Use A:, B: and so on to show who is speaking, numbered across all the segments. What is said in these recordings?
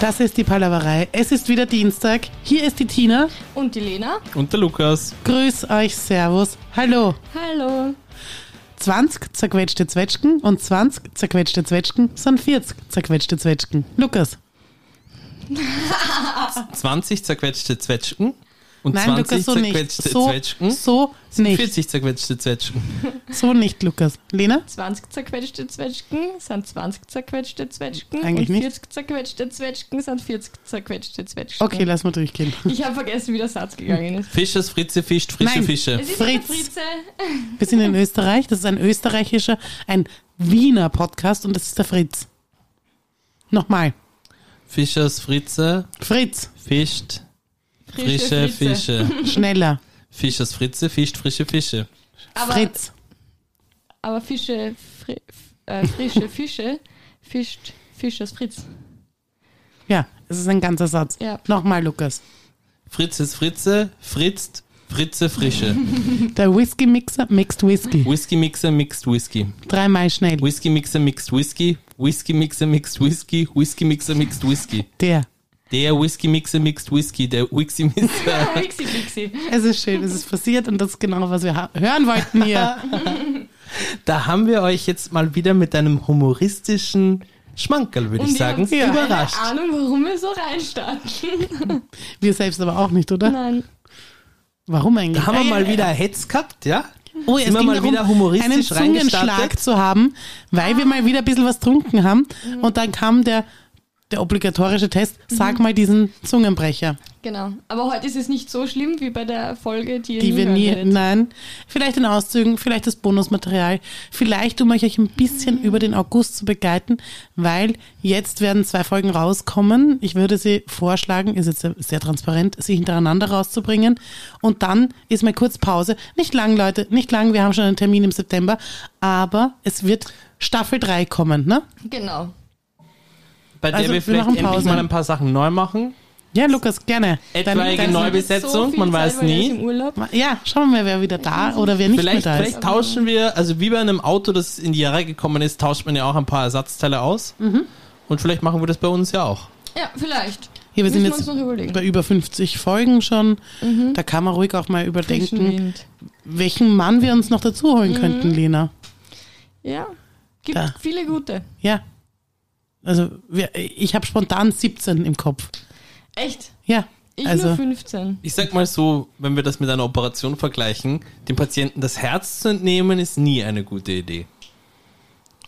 A: Das ist die Palaverei. Es ist wieder Dienstag. Hier ist die Tina.
B: Und die Lena?
C: Und der Lukas.
A: Grüß euch, Servus. Hallo.
B: Hallo.
A: 20 zerquetschte Zwetschgen und 20 zerquetschte Zwetschgen sind 40 zerquetschte Zwetschgen. Lukas.
C: 20 zerquetschte Zwetschgen. Und
A: Nein,
C: 20
A: Lukas, so nicht.
C: zerquetschte
A: So,
C: Zwetschgen.
A: so nicht.
C: 40 zerquetschte Zwetschgen.
A: So nicht, Lukas. Lena?
B: 20 zerquetschte Zwetschgen sind 20 zerquetschte Zwetschgen.
A: Eigentlich
B: und
A: nicht.
B: 40 zerquetschte Zwetschgen sind 40 zerquetschte Zwetschgen.
A: Okay, lass mal durchgehen.
B: Ich habe vergessen, wie der Satz gegangen ist.
C: Fisches Fritze fischt frische
A: Nein.
C: Fische.
B: Es ist
A: Fritz.
B: Fritz. Fritze.
A: Wir sind in Österreich. Das ist ein österreichischer, ein Wiener Podcast und das ist der Fritz. Nochmal.
C: Fischers Fritze
A: Fritz,
C: fischt
B: Frische
C: frische
B: Fritze.
C: Fische.
A: schneller.
C: Fischers Fritze fischt frische Fische.
B: Aber,
A: Fritz.
B: aber Fische, fri, äh, frische Fische fischt Fischers Fritz.
A: Ja, es ist ein ganzer Satz.
B: Ja.
A: Nochmal, Lukas.
C: Fritzes Fritze fritzt Fritze frische.
A: Der Whisky-Mixer mixt Whisky.
C: Whisky Mixer mixed Whisky.
A: Dreimal schnell.
C: Whisky Mixer mixed Whisky. Whisky Mixer mixed Whisky. Whisky Mixer mixed Whisky.
A: Der.
C: Der Whisky Mixer mixed Whisky. Der Whisky Mixer.
B: Wixi, Wixi.
A: Es ist schön, es ist passiert und das ist genau, was wir ha- hören wollten hier.
C: Da haben wir euch jetzt mal wieder mit einem humoristischen Schmankerl, würde
B: Und
C: ich
B: wir
C: sagen,
B: haben
A: Ja.
C: überrascht.
B: Keine Ahnung, warum wir so reinstarten.
A: Wir selbst aber auch nicht, oder?
B: Nein.
A: Warum eigentlich?
C: Da haben wir
A: Ah,
C: mal
A: ja,
C: wieder Hetz gehabt, ja?
A: oh, ja, es
C: sind wir
A: ging
C: mal
A: darum,
C: wieder humoristisch
A: einen Zungenschlag
C: reingestartet.
A: zu haben, weil wir mal wieder ein bisschen was getrunken haben. Und dann kam der, der obligatorische Test, sag mal diesen Zungenbrecher,
B: Genau. Aber heute ist es nicht so schlimm wie bei der Folge, die, ihr
A: die wir
B: hören
A: nie,
B: werdet.
A: nein, vielleicht in Auszügen, vielleicht das Bonusmaterial, vielleicht um euch ein bisschen über den August zu begleiten, weil jetzt werden zwei Folgen rauskommen. Ich würde sie vorschlagen, ist jetzt sehr, sehr transparent, sie hintereinander rauszubringen. Und dann ist mal kurz Pause. Nicht lang, Leute, nicht lang, wir haben schon einen Termin im September, aber es wird Staffel 3 kommen, ne?
B: Genau.
C: Bei der
A: Also, wir
C: wir vielleicht
A: machen
C: endlich
A: Pause.
C: mal ein paar Sachen neu machen.
A: Ja, Lukas, gerne.
C: Etwaige
A: Dein-
C: Neu-
B: So
C: Neubesetzung,
B: viel
C: man
B: Zeit,
C: weiß
B: weil er ist
C: nie.
B: Im Urlaub.
A: ja, schauen wir mal, wer wieder da oder wer nicht
C: Vielleicht,
A: mehr da ist.
C: vielleicht tauschen wir, also wie bei einem Auto, das in die Jahre gekommen ist, tauscht man ja auch ein paar Ersatzteile aus.
A: Mhm.
C: Und vielleicht machen wir das bei uns ja auch.
B: Ja, vielleicht.
A: Hier, wir
B: Müssen
A: sind
B: wir
A: jetzt
B: uns noch überlegen. Mhm.
A: bei über 50 Folgen schon. Da kann man ruhig auch mal überdenken,
B: Wind.
A: welchen Mann wir uns noch dazu holen
B: Mhm.
A: könnten, Lena.
B: Ja. Gibt
A: Da.
B: viele gute.
A: Ja. Also, wir, ich habe spontan 17 im Kopf.
B: Echt?
A: Ja.
B: Ich nur
A: also,
B: 15.
C: Ich sag mal so, wenn wir das mit einer Operation vergleichen, dem Patienten das Herz zu entnehmen, ist nie eine gute Idee.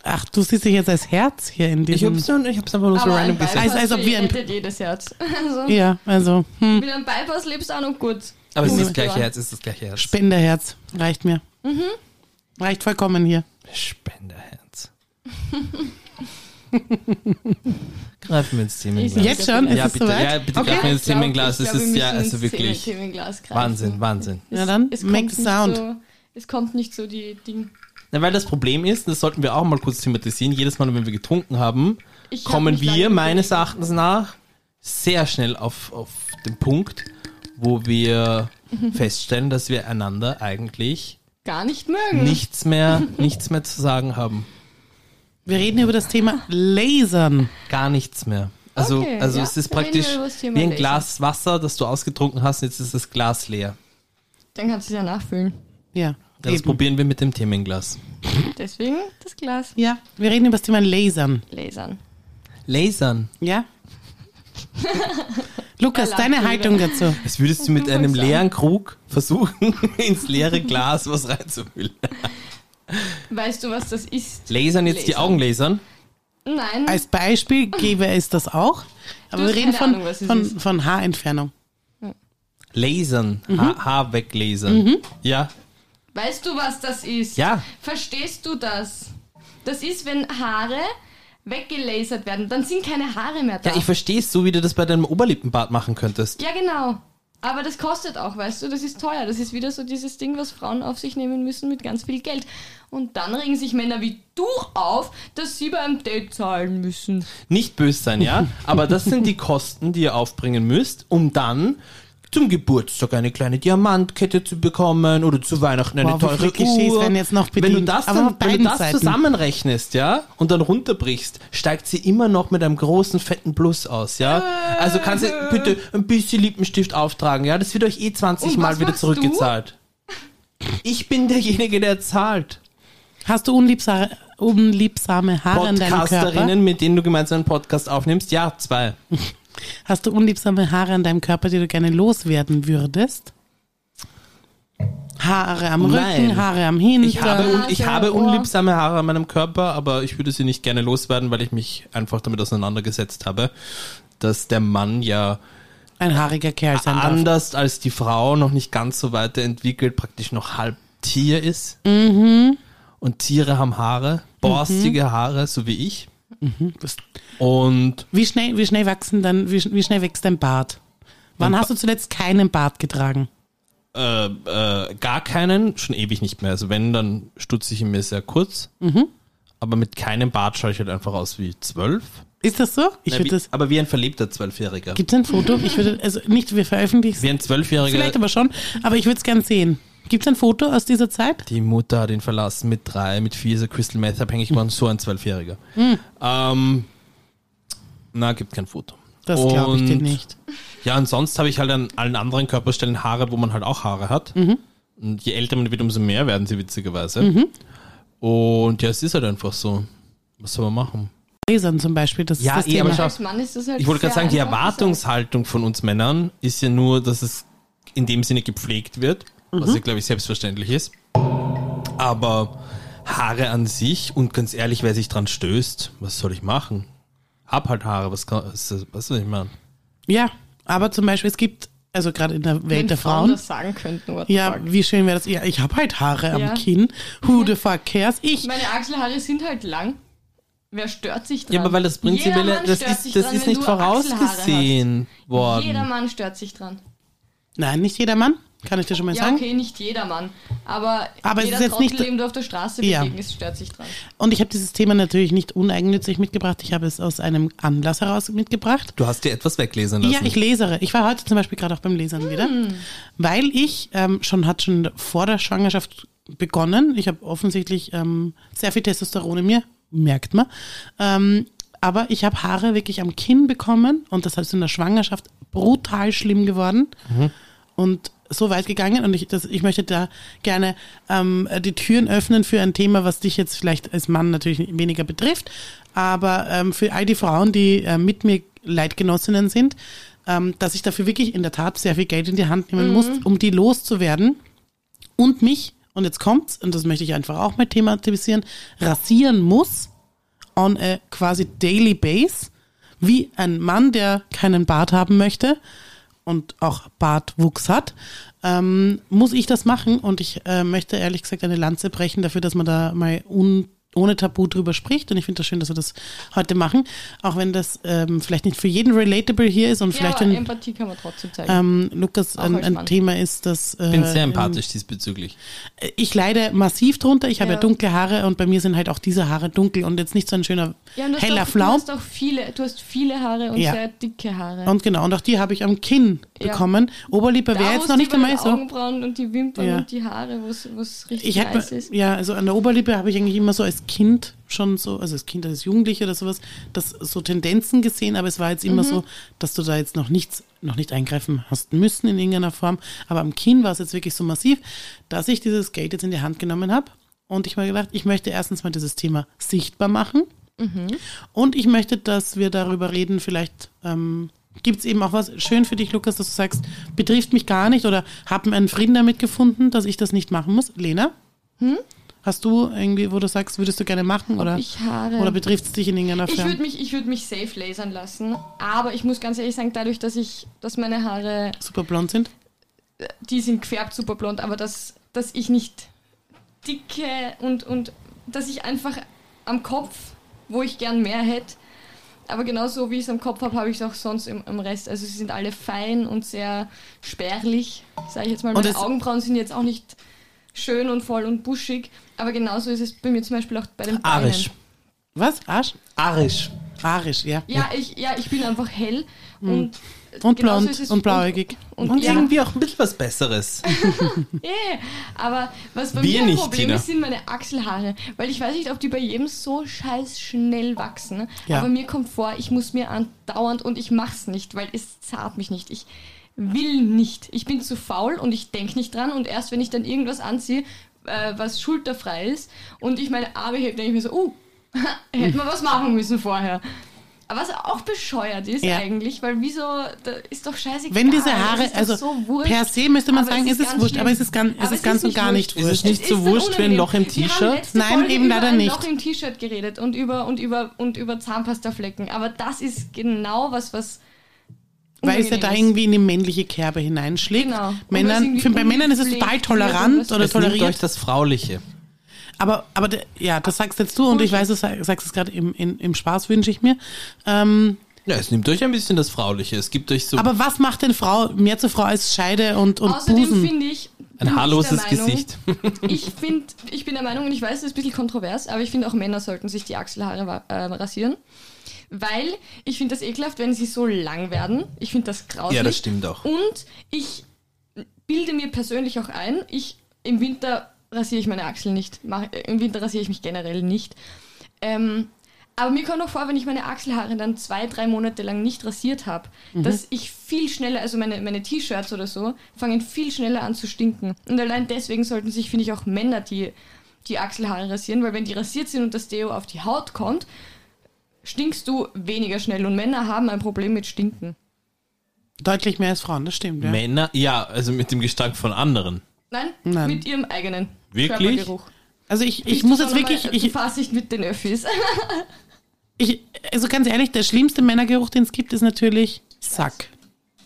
A: ach, du siehst dich jetzt als Herz hier in
C: Ich
A: diesem.
C: hab's, nur- ich hab's einfach nur so
B: Aber
C: random
B: ein
C: gesagt.
B: Bypass
A: Also, als ob wir ein-
B: rettet jedes Herz. Also,
A: ja, also, hm,
C: Mhm.
B: mit einem Bypass lebst du auch noch gut.
C: Aber es ist das
B: Ja.
C: gleiche Herz, es ist das gleiche Herz.
A: Spenderherz. Reicht mir.
B: Mhm.
A: Reicht vollkommen hier.
C: Spenderherz. greifen wir ins
B: Ich
C: Themenglas.
A: Jetzt schon? Ist
C: ja,
A: es
C: bitte,
A: soweit?
C: ja, bitte
A: Okay.
C: greifen wir ins
B: Ich glaub,
C: Themenglas.
B: ich
C: Es
B: glaub,
C: ist
B: wir
C: ja
B: müssen
C: also
B: ins
C: wirklich
B: Themenglas greifen.
C: Wahnsinn, Wahnsinn.
A: Ja, dann
B: es
A: make
B: kommt
A: the
B: nicht
A: sound.
B: So, es kommt nicht so die Ding.
C: Na, weil das Problem ist, das sollten wir auch mal kurz thematisieren, jedes Mal, wenn wir getrunken haben,
B: Ich hab
C: kommen
B: mich lange
C: wir meines
B: überlegt.
C: Erachtens nach sehr schnell auf, auf den Punkt, wo wir
B: Mhm.
C: feststellen, dass wir einander eigentlich
B: Gar nicht mögen.
C: nichts mehr, nichts mehr zu sagen haben.
A: Wir reden über das Thema Lasern.
C: Gar nichts mehr. Also,
B: Okay,
C: also
B: ja,
C: es ist
B: dann reden wir
C: praktisch
B: über das Thema
C: wie ein
B: Laser.
C: Glas Wasser, das du ausgetrunken hast, jetzt ist das Glas leer.
B: Dann kannst du es ja nachfüllen.
A: Ja.
C: Das
A: eben.
C: probieren wir mit dem Themenglas.
B: Deswegen das Glas
A: Ja, wir reden über das Thema Lasern.
B: lasern.
C: Lasern.
A: Ja? Lukas,
B: Er lacht
A: deine
B: wieder.
A: Haltung dazu.
C: Als würdest du mit
B: du
C: einem
B: fängst an.
C: leeren Krug versuchen, ins leere Glas was reinzufüllen.
B: Weißt du, was das ist?
C: Lasern jetzt die
B: Lasern.
C: Augen lasern?
B: Nein.
A: Als Beispiel gäbe es das auch. Aber
B: Du
A: wir reden
B: hast keine
A: von,
B: Ahnung, was es
A: von,
B: ist.
A: von Haarentfernung.
C: Lasern.
B: Mhm.
C: Ha Haar weglasern. Ja.
B: Weißt du, was das ist?
C: Ja.
B: Verstehst du das? Das ist, wenn Haare weggelasert werden, dann sind keine Haare mehr da.
C: Ja, ich verstehe es so, wie du das bei deinem Oberlippenbart machen könntest.
B: Ja, genau. Aber das kostet auch, weißt du, das ist teuer. Das ist wieder so dieses Ding, was Frauen auf sich nehmen müssen mit ganz viel Geld. Und dann regen sich Männer wie du auf, dass sie beim Date zahlen müssen.
C: Nicht böse sein, ja? Aber das sind die Kosten, die ihr aufbringen müsst, um dann zum Geburtstag eine kleine Diamantkette zu bekommen oder zu Weihnachten eine
A: Wow, wie
C: teure
A: viele Klischees
C: Uhr.
A: werden jetzt noch
C: wenn du
A: bedient.
C: das,
A: Aber
C: dann,
A: auf
C: wenn du
A: beiden
C: das
A: Seiten.
C: zusammenrechnest, ja, und dann runterbrichst, steigt sie immer noch mit einem großen fetten Plus aus, ja. Also kannst
A: Äh.
C: du bitte ein bisschen Lippenstift auftragen, ja, das wird euch eh 20
B: Und
C: Mal
B: was
C: wieder
B: machst
C: zurückgezahlt. Ich bin derjenige, der zahlt.
A: Hast du unliebsame, unliebsame Haare an deinem Körper?
C: Podcasterinnen, mit denen du gemeinsam einen Podcast aufnimmst, ja, zwei.
A: Hast du unliebsame Haare an deinem Körper, die du gerne loswerden würdest? Haare am Rücken,
C: Nein.
A: Haare am Hintern.
C: Ich habe, un ich
B: Nase,
C: habe
B: Ohr.
C: unliebsame Haare an meinem Körper, aber ich würde sie nicht gerne loswerden, weil ich mich einfach damit auseinandergesetzt habe, dass der Mann ja
A: ein haariger Kerl sein darf.
C: anders als die Frau noch nicht ganz so weiterentwickelt, praktisch noch halb Tier ist. Und Tiere haben Haare, borstige Haare, so wie ich. Und
A: Wie schnell, wie schnell wachsen dann, wie, sch- wie schnell wächst dein Bart? Wann
C: Mein
A: hast du zuletzt keinen Bart getragen?
C: äh, äh, gar keinen, schon ewig nicht mehr. Also wenn, dann stutze ich ihn mir sehr kurz. Aber mit keinem Bart schaue ich halt einfach aus wie zwölf.
A: Ist das so? Ich
C: Nein,
A: würde
C: wie,
A: das.
C: aber wie ein verlebter Zwölfjähriger.
A: Gibt es ein Foto? Ich würde, also nicht, wir veröffentlichen
C: Wie
A: es.
C: ein Zwölfjähriger.
A: Vielleicht aber schon, aber ich würde es gern sehen. Gibt es ein Foto aus dieser Zeit?
C: Die Mutter hat ihn verlassen mit drei, mit vier, so Crystal Meth abhängig geworden, so ein Zwölfjähriger. Ähm, na, gibt kein Foto.
A: Das glaube ich dir
C: Und
A: nicht.
C: Ja, und sonst habe ich halt an allen anderen Körperstellen Haare, wo man halt auch Haare hat. Und je älter man wird, umso mehr werden sie witzigerweise. Und ja, es ist halt einfach so. Was soll man machen?
A: Gläsern zum Beispiel, das
C: Ja,
A: ist das
C: eh, aber
A: Thema.
C: schau-
B: Als Mann ist das halt
C: Ich wollte gerade
B: sehr
C: sagen, die
B: einfach gesagt.
C: Erwartungshaltung von uns Männern ist ja nur, dass es in dem Sinne gepflegt wird, was
B: Mhm.
C: ja, glaube ich, selbstverständlich ist. Aber Haare an sich und ganz ehrlich, wer sich dran stößt, was soll ich machen? Hab halt Haare, was, kann, was, was soll ich machen?
A: Ja, aber zum Beispiel, es gibt, also gerade in der Welt
B: Wenn
A: der Frauen,
B: das sagen könnten. what the
A: ja,
B: fuck.
A: wie schön wäre das? Ja, ich habe halt Haare
B: Ja.
A: am Kinn. Who the fuck cares? Ich.
B: Meine Achselhaare sind halt lang. Wer stört sich dran?
C: Ja, aber weil das prinzipiell,
B: Jeder Mann
C: das
B: stört sich
C: ist, das
B: dran,
C: ist
B: wenn du
C: nicht
B: Achselhaare
C: vorausgesehen
B: hast. Jeder
C: worden.
B: Mann stört sich dran.
A: Nein, nicht jeder Mann. Kann ich dir schon mal
B: Ja,
A: sagen.
B: okay, nicht jeder Mann. Aber,
A: Aber es
B: jeder
A: ist jetzt nicht-
B: Trottel, dem du auf der Straße
A: Ja.
B: begegnest, stört sich dran.
A: Und ich habe dieses Thema natürlich nicht uneigennützig mitgebracht. Ich habe es aus einem Anlass heraus mitgebracht.
C: Du hast dir etwas weglesen lassen.
A: Ja, ich lesere. Ich war heute zum Beispiel gerade auch beim Lesern wieder, weil ich ähm, schon hat schon vor der Schwangerschaft begonnen. Ich habe offensichtlich ähm, sehr viel Testosteron in mir, merkt man. Ähm, aber ich habe Haare wirklich am Kinn bekommen und das ist in der Schwangerschaft brutal schlimm geworden und so weit gegangen. Und ich, das, ich möchte da gerne ähm, die Türen öffnen für ein Thema, was dich jetzt vielleicht als Mann natürlich weniger betrifft, aber ähm, für all die Frauen, die äh, mit mir Leitgenossinnen sind, ähm, dass ich dafür wirklich in der Tat sehr viel Geld in die Hand nehmen muss, um die loszuwerden und mich, und jetzt kommt's, und das möchte ich einfach auch mal thematisieren, rasieren muss on a quasi daily base, wie ein Mann, der keinen Bart haben möchte und auch Bartwuchs hat, ähm, muss ich das machen und ich äh, möchte ehrlich gesagt eine Lanze brechen dafür, dass man da mal un ohne Tabu drüber spricht und ich finde das schön, dass wir das heute machen, auch wenn das ähm, vielleicht nicht für jeden relatable hier ist und
B: Ja,
A: vielleicht
B: aber
A: wenn
B: Empathie kann man trotzdem zeigen.
A: ähm, Lukas
B: Auch
A: ein,
B: als
A: ein
B: Mann.
A: Thema ist, das äh,
C: Ich bin sehr
A: ähm,
C: empathisch diesbezüglich.
A: ich leide massiv drunter. Ich habe ja.
B: Ja.
A: dunkle Haare und bei mir sind halt auch diese Haare dunkel und jetzt nicht so ein schöner
B: Ja, und du hast
A: heller
B: auch, du
A: Flaum.
B: hast auch viele, du hast viele Haare und
A: Ja.
B: sehr dicke Haare.
A: Und genau, und auch die habe ich am Kinn
B: Ja.
A: bekommen. Oberlippe
B: Da
A: wäre jetzt
B: musst
A: noch
B: du
A: nicht
B: über die
A: einmal so.
B: Augenbrauen und die Wimpern
A: Ja.
B: und die Haare, wo es richtig
A: Ich habe
B: heiß ist.
A: ja, also an der Oberlippe habe ich eigentlich immer so als Kind schon so, also als Kind, als Jugendliche oder sowas, das so Tendenzen gesehen, aber es war jetzt
B: Mhm.
A: immer so, dass du da jetzt noch nichts, noch nicht eingreifen hast müssen in irgendeiner Form. Aber am Kinn war es jetzt wirklich so massiv, dass ich dieses Geld jetzt in die Hand genommen habe. Und ich habe gedacht, ich möchte erstens mal dieses Thema sichtbar machen. Und ich möchte, dass wir darüber reden, vielleicht ähm, gibt es eben auch was schön für dich, Lukas, dass du sagst, betrifft mich gar nicht oder haben einen Frieden damit gefunden, dass ich das nicht machen muss. Lena? Hast du irgendwie, wo du sagst, würdest du gerne machen oder,
B: Hm? ich Haare.
A: oder betrifft es dich in irgendeiner
B: Ich
A: Form?
B: würde mich, ich würd mich safe lasern lassen, aber ich muss ganz ehrlich sagen, dadurch, dass ich, dass meine Haare,
A: Super blond sind?
B: die sind gefärbt, super blond, aber dass, dass ich nicht dicke und, und dass ich einfach am Kopf, wo ich gern mehr hätte, aber genauso wie ich es am Kopf habe, habe ich es auch sonst im, im Rest. Also sie sind alle fein und sehr spärlich, sage ich jetzt mal.
A: Und
B: Meine
A: es-
B: Augenbrauen sind jetzt auch nicht schön und voll und buschig, aber genauso ist es bei mir zum Beispiel auch bei den Beinen.
C: Arisch.
A: Was? Arsch?
C: Arisch.
A: Arisch, ja. Hm.
B: Ja, ich, ja, ich bin einfach hell
A: Und
B: und genauso
A: blond
B: genau ist es-
A: und blauäugig.
B: Und,
C: Und
B: ja,
C: irgendwie auch ein bisschen was Besseres.
B: eh. Aber was bei
C: Wir
B: mir ein
C: nicht,
B: Problem
C: Tina.
B: ist, sind meine Achselhaare. Weil ich weiß nicht, ob die bei jedem so scheiß schnell wachsen.
A: Ja.
B: Aber mir kommt vor, ich muss mir andauernd und ich mach's nicht, weil es zahlt mich nicht. Ich will nicht. Ich bin zu faul und ich denk nicht dran. Und erst wenn ich dann irgendwas anziehe, äh, was schulterfrei ist und ich meine Arme hebe, denke ich mir so, uh, hätte man was machen müssen vorher. Aber was auch bescheuert ist
A: Ja.
B: eigentlich, weil wieso, da ist doch scheißegal.
A: Wenn diese
B: das
A: Haare,
B: ist doch
A: also
B: so wurscht.
A: per se müsste man
B: Aber
A: sagen, es ist
B: ganz
A: wurscht,
B: schlimm.
A: aber es ist ganz,
B: Aber
A: es ist ganz und gar nicht
C: Ist es
A: wurscht.
C: nicht so
B: ist
C: wurscht wie ein
B: unangenehm.
C: Loch im
B: Wir haben
C: T-Shirt?
B: letzte
A: Nein,
B: Folge
A: eben
B: über
A: leider
B: ein
A: nicht.
B: Loch im T-Shirt geredet und über, und, über, und über Zahnpastaflecken. Aber das ist genau was, was.
A: Weil es ja
B: unangenehm
A: da
B: ist.
A: irgendwie in die männliche Kerbe hineinschlägt.
B: Genau. Und was
A: Männern,
B: irgendwie
A: für, bei Männern ist es total
B: ungepflegt
A: tolerant
B: wird und
A: oder
C: Es nimmt euch
A: toleriert.
C: das Frauliche.
A: Aber, aber de- ja, das sagst jetzt du und ich weiß, du sag- sagst es gerade im, in, im Spaß, wünsche ich mir. Ähm,
C: Ja, es nimmt euch ein bisschen das Frauliche. Es gibt euch so
A: aber was macht denn Frau mehr zur Frau als Scheide und, und
B: Außerdem
A: Busen?
B: finde ich. bin ich
C: ein
B: der
C: haarloses
B: Meinung,
C: Gesicht.
B: Ich, find, ich bin der Meinung, und ich weiß, es ist ein bisschen kontrovers, aber ich finde auch Männer sollten sich die Achselhaare wa- äh, rasieren. Weil ich finde das ekelhaft, wenn sie so lang werden. Ich finde das grauslich.
C: Ja, das stimmt auch.
B: Und ich bilde mir persönlich auch ein, ich im Winter rasiere ich meine Achseln nicht. Mach, äh, Im Winter rasiere ich mich generell nicht. Ähm, aber mir kommt auch vor, wenn ich meine Achselhaare dann zwei, drei Monate lang nicht rasiert habe,
A: Mhm.
B: dass ich viel schneller, also meine, meine T-Shirts oder so, fangen viel schneller an zu stinken. Und allein deswegen sollten sich, finde ich, auch Männer die, die Achselhaare rasieren, weil wenn die rasiert sind und das Deo auf die Haut kommt, stinkst du weniger schnell. Und Männer haben ein Problem mit Stinken.
A: Deutlich mehr als Frauen, das stimmt. Ja.
C: Männer, ja, also mit dem Gestank von anderen.
B: Nein,
A: Nein.
B: mit ihrem eigenen
C: Wirklich?
B: Körpergeruch.
A: Also ich, ich muss jetzt wirklich,
B: Ich
A: ich,
B: fasse nicht mit den Öffis.
A: ich, also ganz ehrlich, der schlimmste Männergeruch, den es gibt, ist natürlich Sack.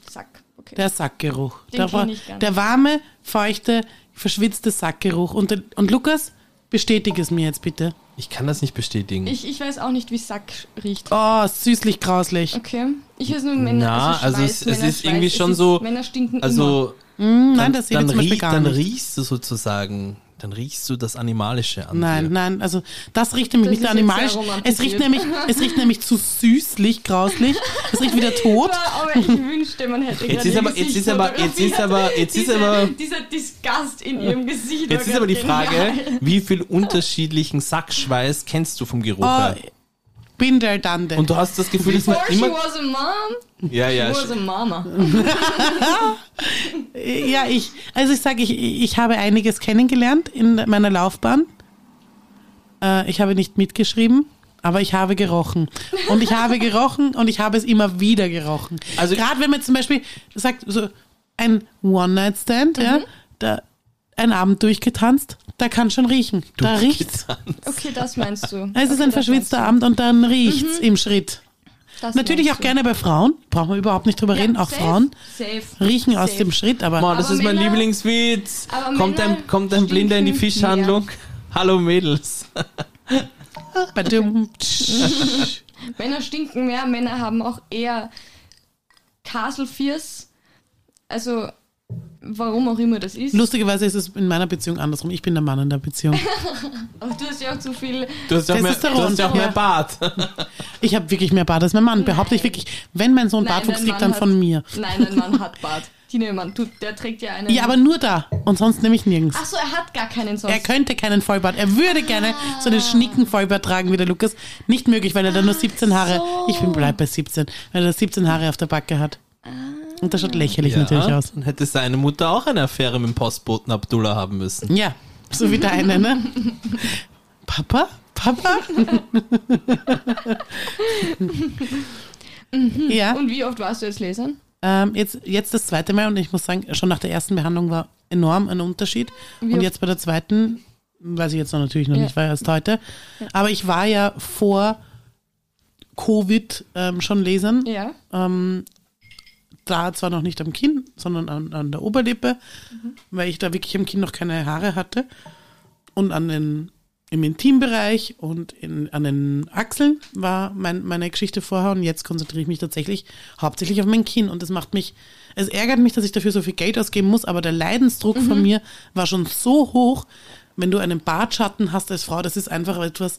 B: Zack. Okay.
A: Der Sackgeruch.
B: Den
A: der,
B: kenn
A: war-
B: ich gar nicht.
A: der warme, feuchte, verschwitzte Sackgeruch. Und, und Lukas, bestätige es mir jetzt bitte.
C: Ich kann das nicht bestätigen.
B: Ich, ich weiß auch nicht, wie Sack riecht.
A: Oh, süßlich grauslich.
B: Okay. Ich weiß nur Männer.
C: Na,
B: also,
C: also
B: Schweiß,
C: es- es
B: Männer
C: ist irgendwie
B: Schweiß,
C: schon
B: es
C: so-
B: Ist, Männer stinken immer. Mm,
C: also
A: Hm,
C: dann,
A: nein, das sehe ich
C: dann,
A: zum Beispiel
C: riech,
A: gar
C: dann
A: nicht.
C: riechst du sozusagen, dann riechst du das Animalische an
A: Nein,
C: dir.
A: nein, also das riecht nämlich nicht
B: Das ist jetzt
A: animalisch.
B: sehr romantisiert.
A: Es riecht nämlich, es riecht nämlich zu süßlich, grauslich. Es riecht wieder tot.
B: Ja, aber ich wünschte, man hätte
C: Jetzt
B: gerade
C: ist
B: ihr
C: aber- jetzt
B: Gesicht
C: ist aber- jetzt ist
B: fotografiert.
C: aber- jetzt ist
B: Diese-
C: aber-
B: Dieser Disgust in ihrem Gesicht.
C: Jetzt ist
B: war
C: aber die
B: gerade genial.
C: Frage, wie viel unterschiedlichen Sackschweiß kennst du vom Geruch
A: Oh,
C: her?
A: bin der Dante.
C: Und du hast das Gefühl, dass man
B: Before she
C: immer...
B: was a mom,
C: Ja, ja,
B: was a mama.
A: Ja, ich, also ich sage, ich, ich habe einiges kennengelernt in meiner Laufbahn. Äh, ich habe nicht mitgeschrieben, aber ich habe gerochen. Und ich habe gerochen und ich habe es immer wieder gerochen. Also
C: Also-
A: Gerade wenn man zum Beispiel sagt, so ein One-Night-Stand, ja,
B: Mhm.
A: da, ein Abend durchgetanzt, da kann schon riechen. Da riecht's.
B: Okay, das meinst du.
A: Es ist
B: okay,
A: ein
B: das
A: verschwitzter
B: meinst
A: Abend und dann riecht's
B: Mhm.
A: im Schritt.
B: du. Das
A: Natürlich auch
B: meinst du.
A: gerne bei Frauen, brauchen wir überhaupt nicht drüber reden,
B: Ja,
A: auch
B: safe,
A: Frauen
B: Safe.
A: riechen aus
B: safe.
A: dem Schritt, aber
C: Mann, das
B: Aber
C: ist mein
B: Männer-
C: Lieblingswitz.
B: aber
C: Kommt
B: Männer
C: ein, kommt ein Blinder in die
B: stinken
C: Fischhandlung. Hallo Mädels.
A: bei dem...
B: Männer stinken mehr, Männer haben auch eher Castle Fears. Also, warum auch immer das ist.
A: Lustigerweise ist es in meiner Beziehung andersrum. Ich bin der Mann in der Beziehung.
B: Aber du hast ja auch zu viel.
C: Du hast ja auch mehr, du
A: Testosteron,
C: hast ja auch
A: ja.
C: mehr Bart.
A: Ich habe wirklich mehr Bart als mein Mann. Behaupte ich
B: Nein.
A: wirklich. Wenn mein Sohn
B: Nein,
A: Bartwuchs
B: dein
A: kriegt,
B: Mann
A: dann von
B: hat-
A: mir.
B: Nein, ein Mann hat Bart. Tinemann, du, der trägt ja einen.
A: Ja, aber nur da. Und sonst nehme ich nirgends.
B: Achso, er hat gar keinen sonst.
A: Er könnte keinen Vollbart. Er würde gerne so einen schnicken Vollbart tragen wie der Lukas. Nicht möglich, weil er dann nur 17 Haare.
B: Ah, so.
A: Ich bin bleib bei 17, weil er 17 Haare auf der Backe hat.
B: Ah.
A: Und das schaut lächerlich natürlich aus.
C: Dann hätte seine Mutter auch eine Affäre mit dem Postboten Abdullah haben müssen.
A: Ja, so wie deine, ne? Papa? Papa? ja.
B: Und wie oft warst du jetzt lesen?
A: Ähm, jetzt, jetzt das zweite Mal und ich muss sagen, schon nach der ersten Behandlung war enorm ein Unterschied.
B: Wie
A: und
B: oft-
A: jetzt bei der zweiten, weiß ich jetzt noch natürlich noch
B: Ja.
A: nicht, war erst heute. Aber ich war ja vor Covid ähm, schon Lesern.
B: Ja.
A: Ähm, da zwar noch nicht am Kinn, sondern an, an der Oberlippe, weil ich da wirklich am Kinn noch keine Haare hatte. Und an den, im Intimbereich und in, an den Achseln war mein, meine Geschichte vorher. Und jetzt konzentriere ich mich tatsächlich hauptsächlich auf mein Kinn. Und das macht mich, es ärgert mich, dass ich dafür so viel Geld ausgeben muss, aber der Leidensdruck von mir war schon so hoch. Wenn du einen Bartschatten hast als Frau, das ist einfach etwas,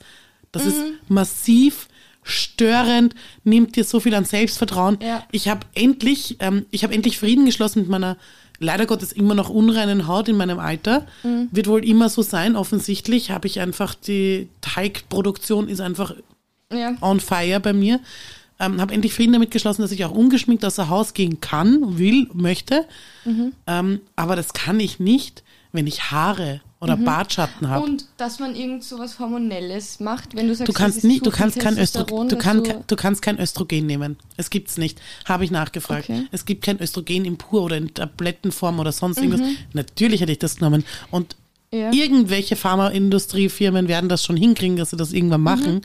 A: das ist massiv störend, nimmt dir so viel an Selbstvertrauen.
B: Ja.
A: Ich habe endlich, ähm, ich habe endlich Frieden geschlossen mit meiner leider Gottes immer noch unreinen Haut in meinem Alter. Wird wohl immer so sein, offensichtlich habe ich einfach die Teigproduktion ist einfach
B: Ja.
A: on fire bei mir. Ähm, habe endlich Frieden damit geschlossen, dass ich auch ungeschminkt außer Haus gehen kann, will, möchte. Ähm, aber das kann ich nicht, wenn ich Haare oder Bartschatten habe.
B: Und dass man irgend so was Hormonelles macht, wenn du sagst,
A: Du
B: das
A: kannst
B: ist
A: nie,
B: zu
A: du
B: viel
A: kannst kein
B: Testosteron,
A: Östrogen, du, kann,
B: dass du-
A: du kannst kein Östrogen nehmen. Es gibt's nicht. Habe ich nachgefragt.
B: Okay.
A: Es gibt kein Östrogen in pur oder in Tablettenform oder sonst irgendwas. Natürlich hätte ich das genommen. Und
B: Mhm. Ja.
A: irgendwelche Pharmaindustriefirmen werden das schon hinkriegen, dass sie das irgendwann
B: Mhm.
A: machen.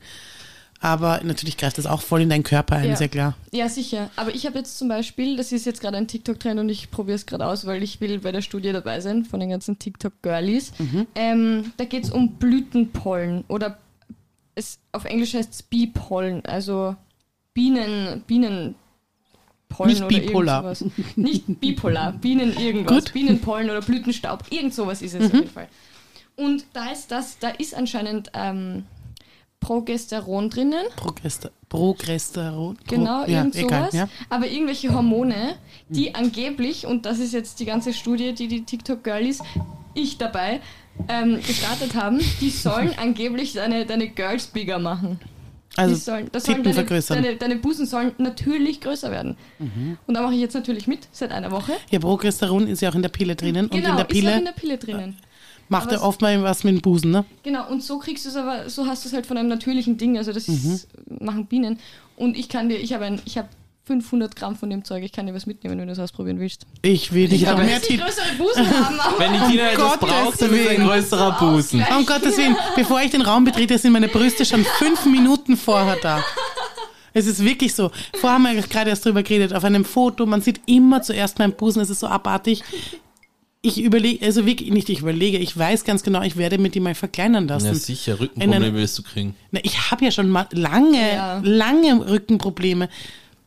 A: Aber natürlich greift das auch voll in deinen Körper ein,
B: Ja.
A: sehr klar.
B: Ja, sicher. Aber ich habe jetzt zum Beispiel, das ist jetzt gerade ein TikTok-Trend und ich probiere es gerade aus, weil ich will bei der Studie dabei sein von den ganzen TikTok-Girlies.
A: Mhm.
B: Ähm, da geht es um Blütenpollen oder es, auf Englisch heißt es Bipollen, also Bienen, Bienenpollen
A: Nicht
B: oder
A: bipolar.
B: irgend sowas. Nicht bipolar, Bienen irgendwas,
A: Gut. Mhm.
B: Bienenpollen oder Blütenstaub, irgend sowas ist es auf jeden Fall. Und da ist das, da ist anscheinend ähm, Progesteron drinnen.
A: Progester Progesteron. Pro-
B: Genau,
A: ja,
B: irgend
A: egal,
B: sowas.
A: ja.
B: Aber irgendwelche Hormone, die angeblich, und das ist jetzt die ganze Studie, die die TikTok-Girlies, ich dabei, ähm, gestartet haben, die sollen angeblich deine, deine Girls bigger machen.
A: Also
B: die sollen, das sollen
A: Titten
B: deine,
A: vergrößern. Mhm.
B: deine, deine Busen sollen natürlich größer werden. Und da mache ich jetzt natürlich mit, seit einer Woche.
A: ja, Progesteron ist ja auch in der Pille drinnen und in der
B: Genau, ist ja
A: Pille
B: in der Pille drinnen.
A: macht er
B: aber-
A: oft mal was mit dem Busen, ne?
B: Genau, und so kriegst du es aber, so hast du es halt von einem natürlichen Ding, also das ist,
A: Mhm.
B: machen Bienen. Und ich kann dir, ich habe ein, ich habe 500 Gramm von dem Zeug, ich kann dir was mitnehmen, wenn du das ausprobieren willst.
A: Ich will nicht
C: Ja,
A: noch
C: aber-
A: mehr
B: Dass ich
A: Titten.
B: größere Busen haben, aber
C: Wenn die Tina etwas
A: Um Gottes
C: braucht, dann ist es ein
A: Willen.
C: größerer Busen.
A: Um Gottes Willen, bevor ich den Raum betrete, sind meine Brüste schon fünf Minuten vorher da. Es ist wirklich so. Vorher haben wir gerade erst drüber geredet. Auf einem Foto, man sieht immer zuerst meinen Busen. Es ist so abartig. Ich überlege, also wirklich nicht, ich überlege, ich weiß ganz genau, ich werde mir die mal verkleinern lassen.
C: Ja, sicher,
A: In
C: Rückenprobleme
A: ein-
C: wirst du kriegen.
A: Na, ich habe ja schon ma- lange,
B: Ja.
A: lange Rückenprobleme.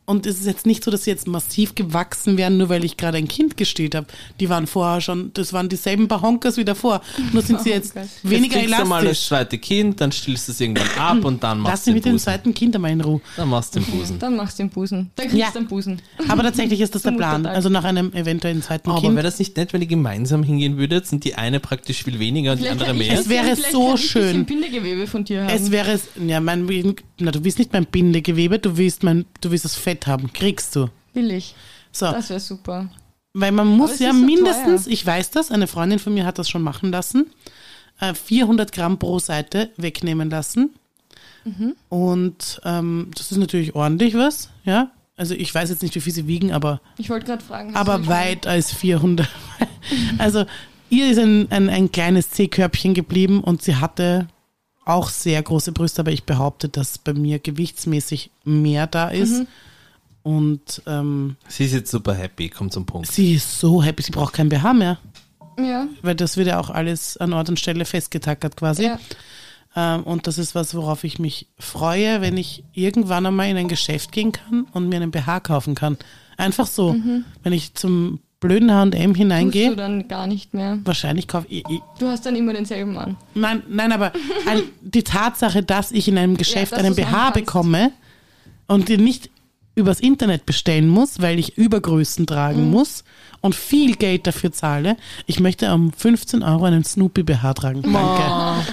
A: Und es ist jetzt nicht so, dass sie jetzt massiv gewachsen wären, nur weil ich gerade ein Kind gestillt habe. Die waren vorher schon, das waren dieselben Bahonkers wie davor. Nur sind sie jetzt
B: Bahonkers.
A: weniger
C: jetzt kriegst du mal das
A: elastisch.
C: zweite Kind, dann stillst du es irgendwann ab und dann
A: Lass
C: machst
A: sie
C: du den
A: mit dem
C: Busen.
A: zweiten Kind einmal in Ruhe.
C: Dann machst du den Busen.
B: Dann machst du den Busen. Dann kriegst
A: Ja.
B: du den Busen.
A: Aber tatsächlich ist das der
B: Zum
A: Plan.
B: Muttertag.
A: Also nach einem eventuellen zweiten
C: Aber
A: Kind.
C: wäre das nicht nett, wenn ihr gemeinsam hingehen würdet und die eine praktisch viel weniger und die
B: Vielleicht
C: andere
B: kann ich
C: mehr?
A: Es wäre
B: vielleicht
A: so
B: kann ich ein
A: schön.
B: bisschen Bindegewebe von dir haben.
A: Es wäre es, ja, mein, na, du willst nicht mein Bindegewebe, du willst mein, du willst das Fett haben. Kriegst du.
B: Will ich.
A: So.
B: Das wäre super.
A: Weil man
B: Aber
A: muss
B: es
A: ja
B: ist so
A: mindestens,
B: teuer.
A: ich weiß das, eine Freundin von mir hat das schon machen lassen, äh, 400 Gramm pro Seite wegnehmen lassen.
B: Mhm.
A: Und ähm, das ist natürlich ordentlich was, ja. Also ich weiß jetzt nicht, wie viel sie wiegen, aber,
B: Ich wollte gerade fragen. hast du
A: aber
B: mich-
A: weit als 400. also ihr ist ein, ein, ein kleines C-Körbchen geblieben und sie hatte auch sehr große Brüste, aber ich behaupte, dass bei mir gewichtsmäßig mehr da ist.
B: Mhm.
A: Und ähm,
C: Sie ist jetzt super happy, kommt zum Punkt.
A: sie ist so happy, sie braucht kein BH mehr.
B: Ja,
A: weil das wird ja auch alles an Ort und Stelle festgetackert quasi.
B: ja.
A: Ähm, und das ist was, worauf ich mich freue, wenn ich irgendwann einmal in ein Geschäft gehen kann und mir einen BH kaufen kann. Einfach so. Wenn ich zum blöden H&M
B: Tust Mhm. du
A: hineingehe,
B: dann gar nicht mehr.
A: wahrscheinlich kaufe ich, ich
B: Du hast dann immer denselben an.
A: Nein, nein, aber ein, die Tatsache, dass ich in einem Geschäft
B: dass
A: einen
B: du's
A: BH
B: anpasst.
A: bekomme und den nicht übers Internet bestellen muss, weil ich Übergrößen tragen
B: Mhm.
A: muss und viel Geld dafür zahle. Ich möchte um 15 Euro einen Snoopy BH tragen. Danke.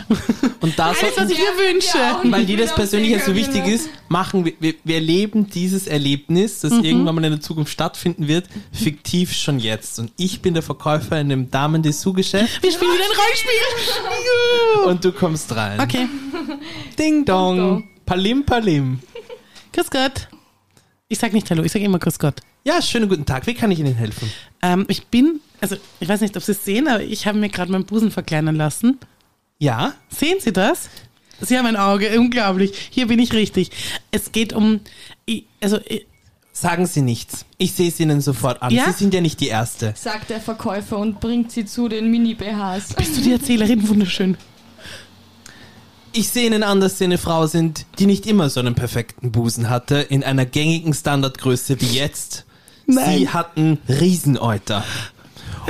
C: Und da
A: Alles, was
C: sollten,
A: ich mir
B: Ja, ja,
A: wünsche.
B: und-
C: weil dir das
B: Ja,
C: persönlich ja so
B: sicher,
C: wichtig
B: genau.
C: ist, machen wir, wir, wir erleben dieses Erlebnis,
A: Mhm.
C: das irgendwann mal in der Zukunft stattfinden wird, fiktiv schon jetzt. Und ich bin der Verkäufer in einem damen dessous geschäft
A: Wir spielen wieder ein Rollenspiel.
C: und du kommst rein.
A: Okay,
C: Ding dong.
B: Dong.
C: Palim palim.
A: grüß Gott. Ich sag nicht Hallo, ich sag immer grüß Gott.
C: Ja, schönen guten Tag. Wie kann ich Ihnen helfen?
A: Ähm, ich bin, also ich weiß nicht, ob Sie es sehen, aber ich habe mir gerade meinen Busen verkleinern lassen.
C: Ja?
A: Sehen Sie das? Sie haben ein Auge, unglaublich. Hier bin ich richtig. Es geht um, i- also i-
C: Sagen Sie nichts. Ich sehe es Ihnen sofort an.
A: Ja?
C: Sie sind ja nicht die Erste.
B: Sagt der Verkäufer und bringt sie zu den Mini-BHs.
A: bist du die Erzählerin wunderschön.
C: Ich sehe Ihnen an, dass Sie eine Frau sind, die nicht immer so einen perfekten Busen hatte, in einer gängigen Standardgröße wie jetzt.
A: Nein.
C: Sie hatten Riesenäuter.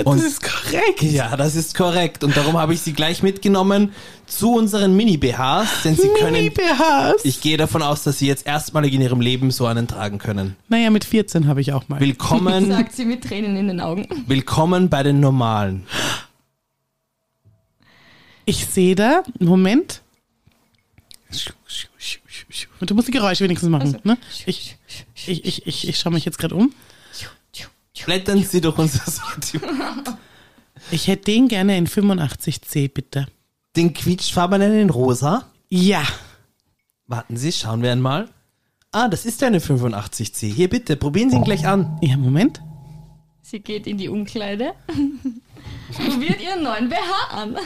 C: Und-
A: das ist korrekt.
C: Ja, das ist korrekt. Und darum habe ich sie gleich mitgenommen zu unseren Mini-BHs, denn sie können.
A: Mini-BHs.
C: Ich gehe davon aus, dass sie jetzt erstmalig in ihrem Leben so einen tragen können.
A: Naja, mit 14 habe ich auch mal.
C: Willkommen,
B: sagt sie mit Tränen in den Augen.
C: willkommen bei den Normalen.
A: Ich sehe da, Moment. Und du musst die Geräusche wenigstens machen. Ne? Ich, ich, ich, ich, ich schaue mich jetzt gerade um.
C: Blättern Sie durch unser Sortiment.
A: Ich hätte den gerne in 85C, bitte.
C: Den quietschfarbenen in rosa.
A: Ja.
C: Warten Sie, schauen wir einmal. Ah, das ist eine 85C. Hier bitte, probieren Sie ihn gleich an.
A: Ja, Moment.
B: Sie geht in die Umkleide. Probiert ihren neuen BH an.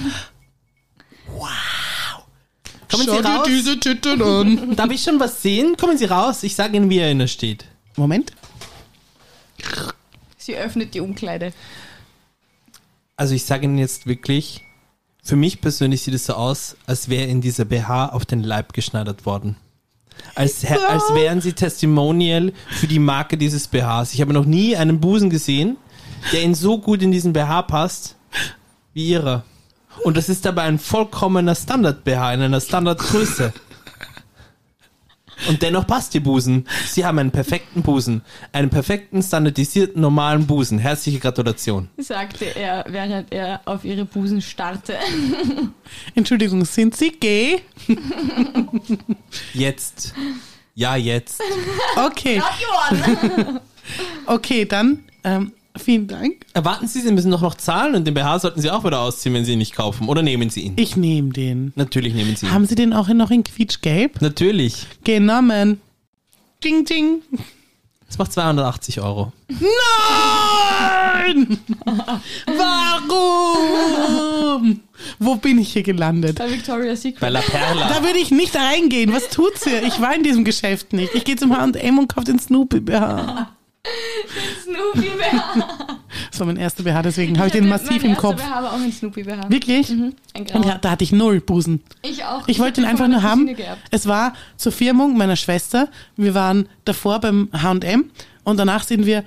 C: Kommen Sie raus.
A: diese Titten an.
C: Darf ich schon was sehen? Kommen Sie raus. Ich sage Ihnen, wie er innen steht.
A: Moment.
B: Sie öffnet die Umkleide.
C: Also ich sage Ihnen jetzt wirklich, für mich persönlich sieht es so aus, als wäre in dieser BH auf den Leib geschneidert worden. Als, hä- als wären sie Testimonial für die Marke dieses BHs. Ich habe noch nie einen Busen gesehen, der Ihnen so gut in diesen BH passt, wie ihrer. Und das ist dabei ein vollkommener Standard-BH in einer Standardgröße. Und dennoch passt ihr Busen. Sie haben einen perfekten Busen. Einen perfekten, standardisierten, normalen Busen. Herzliche Gratulation.
B: sagte er, während er auf ihre Busen starrte.
A: Entschuldigung, sind Sie gay?
C: Jetzt. Ja, jetzt.
A: Okay,
B: Not you one.
A: okay, dann ähm, vielen Dank.
C: Erwarten Sie, Sie müssen doch noch zahlen und den BH sollten Sie auch wieder ausziehen, wenn Sie ihn nicht kaufen. Oder nehmen Sie ihn.
A: Ich nehme den.
C: Natürlich nehmen Sie ihn.
A: Haben Sie den auch in- noch in quietschgelb?
C: Natürlich.
A: Genommen. Ding, ding.
C: Das macht 280 Euro.
A: Nein! Warum? Wo bin ich hier gelandet?
B: Bei Victoria's Secret.
C: Bei La Perla.
A: Da würde ich nicht reingehen. Was tut's hier? Ich war in diesem Geschäft nicht. Ich gehe zum H&M und kaufe den Snoopy BH.
B: Snoopy BH.
A: Das war mein erster BH, deswegen habe ich den massiv im
B: mein erster Mhm.
A: Kopf.
B: BH war auch ein Snoopy BH.
A: Wirklich?
B: Ein grauer.
A: Und ja, da hatte ich null Busen.
B: Ich auch.
A: Ich wollte
B: hab
A: ihn einfach
B: von
A: nur
B: meiner
A: haben.
B: Cousine geerbt.
A: Es war zur Firmung meiner Schwester. Wir waren davor beim H&M und danach sind wir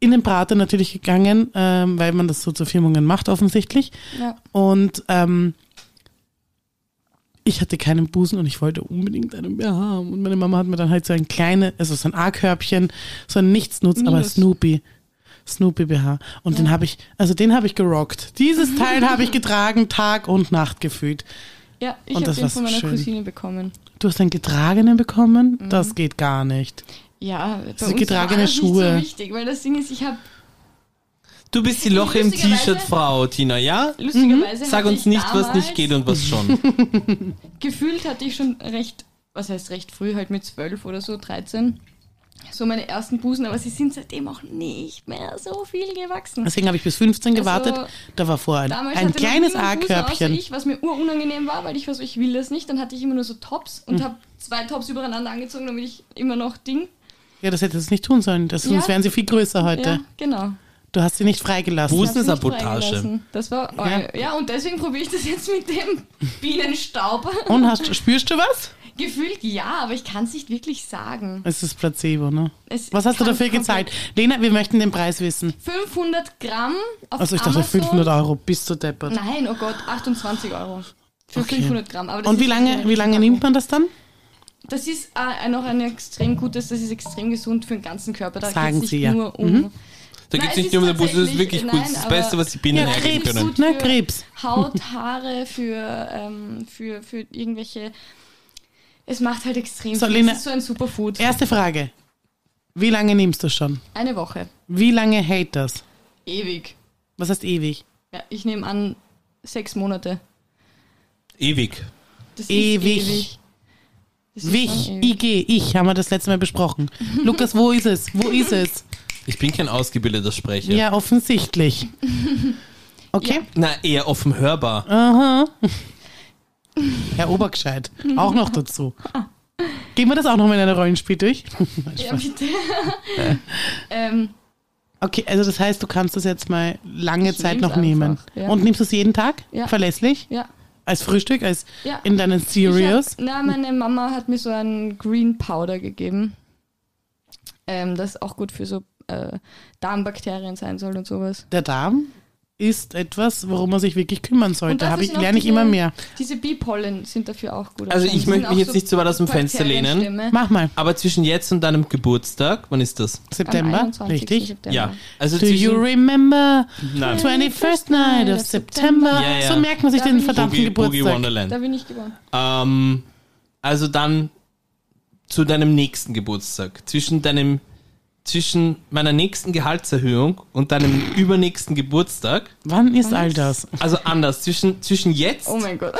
A: in den Prater natürlich gegangen, ähm, weil man das so zur Firmungen macht offensichtlich.
B: Ja.
A: Und ähm, ich hatte keinen Busen und ich wollte unbedingt einen BH haben. Und meine Mama hat mir dann halt so ein kleines, also so ein A-Körbchen, so ein Nichtsnutz, aber
B: Minus.
A: Snoopy. Snoopy BH. Und den habe ich, also den habe ich gerockt. Dieses Teil habe ich getragen, Tag und Nacht gefühlt.
B: ja, ich
A: Und
B: habe
A: das
B: den
A: war
B: von meiner
A: schön.
B: Cousine bekommen.
A: Du hast einen getragenen bekommen?
B: Mhm.
A: Das geht gar nicht.
B: Ja, bei
A: sind
B: uns
A: getragene
B: war das
A: Schuhe.
B: Nicht so wichtig, weil das Ding ist, ich habe
C: Du bist die Loch im
B: Lustigerweise-
C: T-Shirt-Frau, Tina, ja?
B: lustigerweise
C: Sag
B: hatte
C: uns
B: ich
C: nicht,
B: damals,
C: was nicht geht und was schon.
B: Gefühlt hatte ich schon recht, was heißt recht früh, halt mit 12 oder so, 13, so meine ersten Busen, aber sie sind seitdem auch nicht mehr so viel gewachsen.
A: Deswegen habe ich bis 15 gewartet.
B: Also,
A: da war vorher ein,
B: Damals
A: ein
B: hatte noch
A: kleines
B: niemand Busen, außer
A: A-Körbchen.
B: Ich, was mir urunangenehm war, weil ich war so, ich will das nicht. Dann hatte ich immer nur so Tops und
A: Hm.
B: habe zwei Tops übereinander angezogen, damit ich immer noch Ding.
A: Ja, das hättest du nicht tun sollen. Das, Sonst
B: Ja.
A: wären sie viel größer heute.
B: Ja, genau.
A: Du hast sie nicht freigelassen.
C: Wo ist
B: Hab's nicht
C: Sabotage.
B: freigelassen. Das war ja. ja, und deswegen probiere ich das jetzt mit dem Bienenstaub.
A: Und hast, spürst du was?
B: Gefühlt ja, aber ich kann es nicht wirklich sagen.
A: Es ist Placebo, ne?
B: Es
A: Was hast du
B: kann
A: dafür
B: komplett-
A: gezahlt? Lena, wir möchten den Preis wissen.
B: 500 Gramm auf
A: Also ich dachte
B: Amazon.
A: 500 Euro, bist du deppert.
B: Nein, oh Gott, 28 Euro. Für
A: Okay.
B: 500 Gramm. Aber das
A: Und wie
B: ist
A: lange,
B: eine
A: wie lange
B: Riesenpackung.
A: nimmt man das dann?
B: Das ist äh, noch ein extrem gutes, das ist extrem gesund für den ganzen Körper. Da
A: Sagen
B: geht es nicht
A: Sie ja. Mhm.
B: nur um
C: Da
B: Nein,
C: geht es
B: es
C: nicht
B: ist
C: nur um den Bus, das ist
B: tatsächlich-
C: wirklich gut.
B: nein,
C: Das ist das
B: aber-
C: Beste, was die Bienen
A: Ja,
C: hergeben
A: Krebs.
C: können.
B: gut
A: Na,
B: für
A: Ne, Krebs.
B: Haut, Haare, für, ähm, für, für irgendwelche. Es macht halt extrem
A: So,
B: viel.
A: Lena-
B: es ist so ein Superfood.
A: Erste Frage. Wie lange nimmst du schon?
B: Eine Woche.
A: Wie lange hält das?
B: Ewig.
A: Was heißt ewig?
B: Ja, ich nehme an, sechs Monate.
C: Ewig.
B: Das
A: Ewig.
B: ist ewig. Das ist
A: Wich,
B: schon ewig.
A: IG, ich, haben wir das letzte Mal besprochen. Lukas, wo ist es? Wo ist es?
C: Ich bin kein ausgebildeter Sprecher.
A: Ja, offensichtlich. Okay.
C: Na, eher offen hörbar.
A: Aha. Herr Obergescheit, auch noch dazu. Gehen wir das auch noch mal in einer Rollenspiel durch?
B: Ja, bitte. ähm,
A: Okay, also das heißt, du kannst das jetzt mal lange
B: Ich
A: Zeit
B: nehm's
A: noch nehmen.
B: einfach, ja.
A: Und nimmst du es jeden Tag?
B: Ja.
A: Verlässlich?
B: ja.
A: Als Frühstück? Als
B: Ja.
A: in deinen Cereals?
B: Ich Hab, na, meine Mama hat mir so einen Green Powder gegeben. Ähm, das ist auch gut für so äh, Darmbakterien sein soll und sowas.
A: Der Darm ist etwas, worum man sich wirklich kümmern sollte.
B: dafür
A: Habe ich,
B: sind auch
A: lerne ich
B: diese-
A: immer mehr.
B: Diese Bipollen sind dafür auch gut.
C: Also
B: anscheinend.
C: ich
B: Die
C: möchte
B: sind
C: mich
B: auch
C: jetzt nicht so weit aus dem Fenster lehnen.
B: Bakterienstämme.
A: Mach mal.
C: Aber zwischen jetzt und deinem Geburtstag, wann ist das?
B: Am
A: September,
B: 21.
A: richtig?
B: September.
C: Ja. Also
A: Do you
C: zwischen,
A: remember
C: Nein.
A: 21st night of September?
C: Ja, ja.
A: So merkt man sich
B: Da
A: den
B: bin ich-
A: verdammten
C: Boogie, Boogie
A: Geburtstag.
C: Wonderland.
B: Da bin ich gewonnen.
C: Ähm, also dann zu deinem nächsten Geburtstag. Zwischen deinem, zwischen meiner nächsten Gehaltserhöhung und deinem übernächsten Geburtstag.
A: Wann ist all das?
C: Also anders, zwischen, zwischen jetzt
B: Oh mein Gott.